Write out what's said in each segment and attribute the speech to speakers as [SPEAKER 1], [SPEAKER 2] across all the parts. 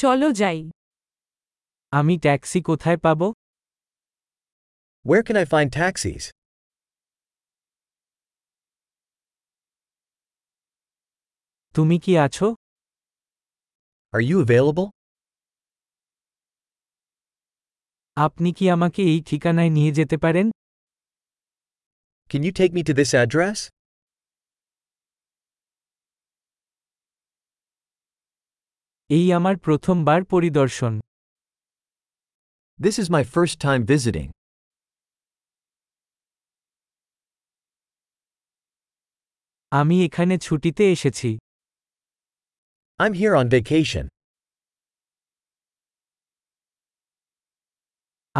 [SPEAKER 1] চলো যাই
[SPEAKER 2] আমি ট্যাক্সি কোথায় পাব
[SPEAKER 3] Where can I find taxis?
[SPEAKER 2] তুমি কি আছো
[SPEAKER 3] Are you available?
[SPEAKER 2] আপনি কি আমাকে এই ঠিকানায় নিয়ে যেতে পারেন
[SPEAKER 3] Can you take me to this address?
[SPEAKER 2] এই আমার প্রথমবার পরিদর্শন
[SPEAKER 3] This is my first time visiting.
[SPEAKER 2] আমি এখানে ছুটিতে এসেছি
[SPEAKER 3] I'm here on vacation.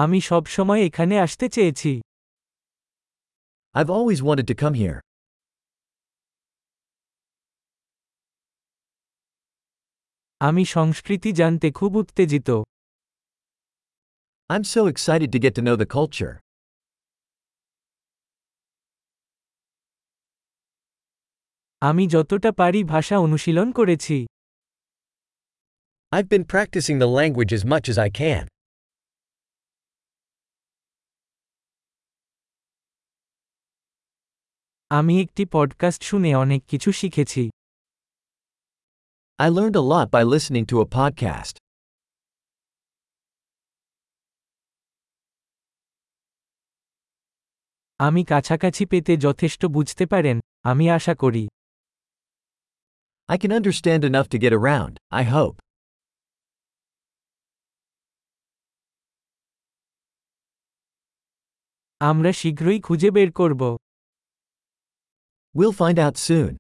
[SPEAKER 2] আমি সবসময় এখানে আসতে চেয়েছি
[SPEAKER 3] I've always wanted to come here.
[SPEAKER 2] আমি সংস্কৃতি জানতে খুব উত্তেজিত
[SPEAKER 3] I'm so excited to get to know the culture.
[SPEAKER 2] আমি যতটা পারি ভাষা অনুশীলন করেছি
[SPEAKER 3] I've been practicing the language as much as I can.
[SPEAKER 2] আমি একটি পডকাস্ট শুনে অনেক কিছু শিখেছি
[SPEAKER 3] I learned a lot by listening to a podcast.
[SPEAKER 2] আমি কাছাকাছি পেতে যথেষ্ট বুঝতে পারেন আমি আশা করি
[SPEAKER 3] I can understand enough to get around, I hope.
[SPEAKER 2] আমরা শীঘ্রই খুঁজে বের করব
[SPEAKER 3] We'll find out soon.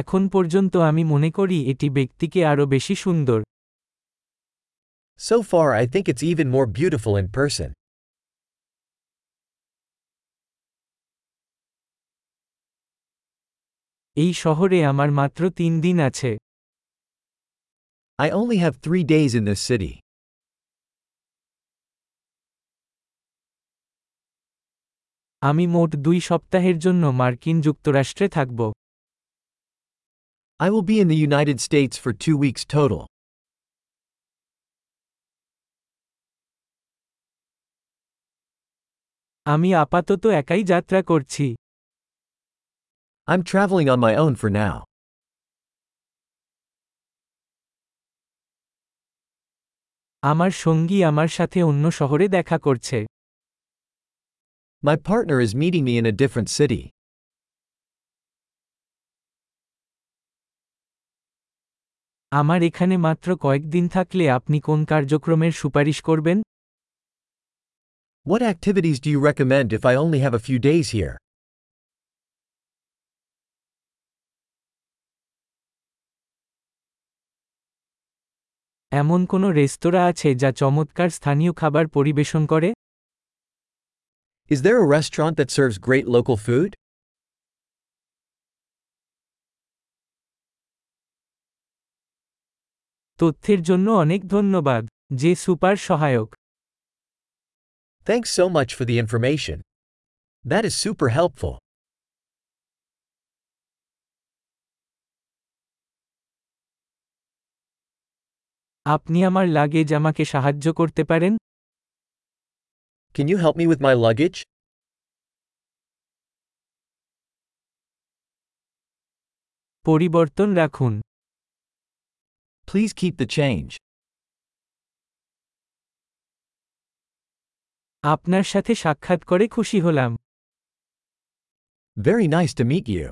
[SPEAKER 2] এখন পর্যন্ত আমি মনে করি এটি ব্যক্তিকে আরও বেশি সুন্দর
[SPEAKER 3] So far, I think it's even more beautiful in person.
[SPEAKER 2] এই শহরে আমার মাত্র তিন দিন আছে
[SPEAKER 3] I only have three days in this city.
[SPEAKER 2] আমি মোট দুই সপ্তাহের জন্য মার্কিন যুক্তরাষ্ট্রে থাকব
[SPEAKER 3] I will be in the United States for two weeks total.
[SPEAKER 2] আমি আপাতত একাই যাত্রা করছি
[SPEAKER 3] I'm traveling on my own for now.
[SPEAKER 2] আমার সঙ্গী আমার সাথে অন্য শহরে দেখা করছে
[SPEAKER 3] My partner is meeting me in a different city.
[SPEAKER 2] আমার এখানে মাত্র কয়েকদিন থাকলে আপনি কোন কার্যক্রমের সুপারিশ করবেন
[SPEAKER 3] What activities do you recommend if I only have a few days here?
[SPEAKER 2] এমন কোনো রেস্তোরাঁ আছে যা চমৎকার স্থানীয় খাবার পরিবেশন করে
[SPEAKER 3] Is there a restaurant that serves great local food?
[SPEAKER 2] তথ্যের জন্য অনেক ধন্যবাদ যে সুপার সহায়ক
[SPEAKER 3] Thanks so much for the information. That is super helpful.
[SPEAKER 2] আপনি আমার লাগেজ আমাকে সাহায্য করতে পারেন
[SPEAKER 3] Can you help me with my luggage?
[SPEAKER 2] পরিবর্তন রাখুন
[SPEAKER 3] Please keep the change.
[SPEAKER 2] আপনার সাথে সাক্ষাৎ করে খুশি হলাম
[SPEAKER 3] Very nice to meet you.